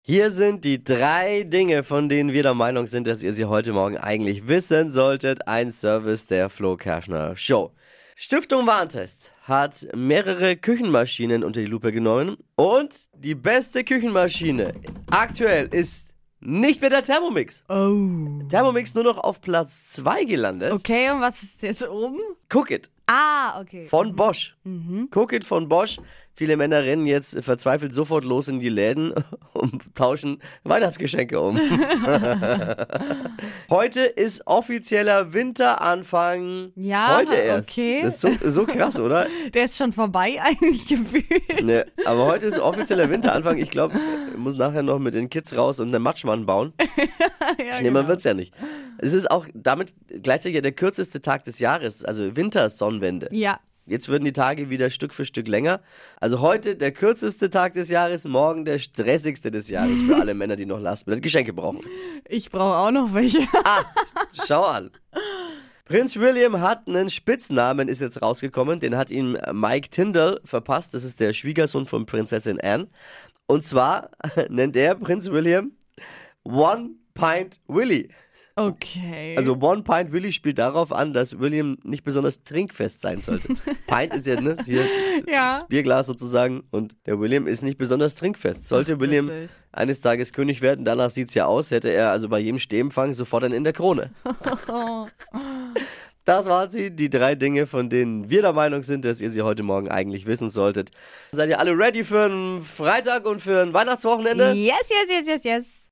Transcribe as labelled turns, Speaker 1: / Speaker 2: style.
Speaker 1: Hier sind die drei Dinge, von denen wir der Meinung sind, dass ihr sie heute Morgen eigentlich wissen solltet. Ein Service der Flo Kerschner Show. Stiftung Warntest hat mehrere Küchenmaschinen unter die Lupe genommen und die beste Küchenmaschine aktuell ist nicht mehr der Thermomix.
Speaker 2: Oh.
Speaker 1: Thermomix nur noch auf Platz 2 gelandet.
Speaker 2: Okay, und was ist jetzt oben?
Speaker 1: Cook it.
Speaker 2: Ah, okay.
Speaker 1: Von Bosch.
Speaker 2: Mhm.
Speaker 1: Cook it von Bosch. Viele Männer rennen jetzt verzweifelt sofort los in die Läden und tauschen Weihnachtsgeschenke um. Heute ist offizieller Winteranfang.
Speaker 2: Ja,
Speaker 1: Heute erst.
Speaker 2: okay.
Speaker 1: Das ist so, so krass, oder?
Speaker 2: Der ist schon vorbei eigentlich gefühlt.
Speaker 1: Ne, aber heute ist offizieller Winteranfang. Ich glaube, ich muss nachher noch mit den Kids raus und einen Matschmann bauen.
Speaker 2: Ja, genau.
Speaker 1: Schneemann wird's ja nicht. Es ist auch damit gleichzeitig ja der kürzeste Tag des Jahres, also Wintersonnenwende.
Speaker 2: Ja.
Speaker 1: Jetzt würden die Tage wieder Stück für Stück länger. Also heute der kürzeste Tag des Jahres, morgen der stressigste des Jahres für alle Männer, die noch Last-Minute Geschenke brauchen.
Speaker 2: Ich brauche auch noch welche.
Speaker 1: Schau an. Prinz William hat einen Spitznamen, ist jetzt rausgekommen. Den hat ihm Mike Tyndall verpasst. Das ist der Schwiegersohn von Prinzessin Anne. Und zwar nennt er Prinz William One Pint Willy.
Speaker 2: Okay.
Speaker 1: Also One Pint Willy spielt darauf an, dass William nicht besonders trinkfest sein sollte. Pint ist ja ne, hier
Speaker 2: ja.
Speaker 1: Bierglas sozusagen und der William ist nicht besonders trinkfest. Sollte
Speaker 2: Ach,
Speaker 1: William
Speaker 2: witzig.
Speaker 1: eines Tages König werden, danach sieht's ja aus, hätte er also bei jedem Stehenfang sofort einen in der Krone. Das waren sie, die drei Dinge, von denen wir der Meinung sind, dass ihr sie heute Morgen eigentlich wissen solltet. Seid ihr alle ready für einen Freitag und für ein Weihnachtswochenende?
Speaker 2: Yes, yes, yes, yes, yes.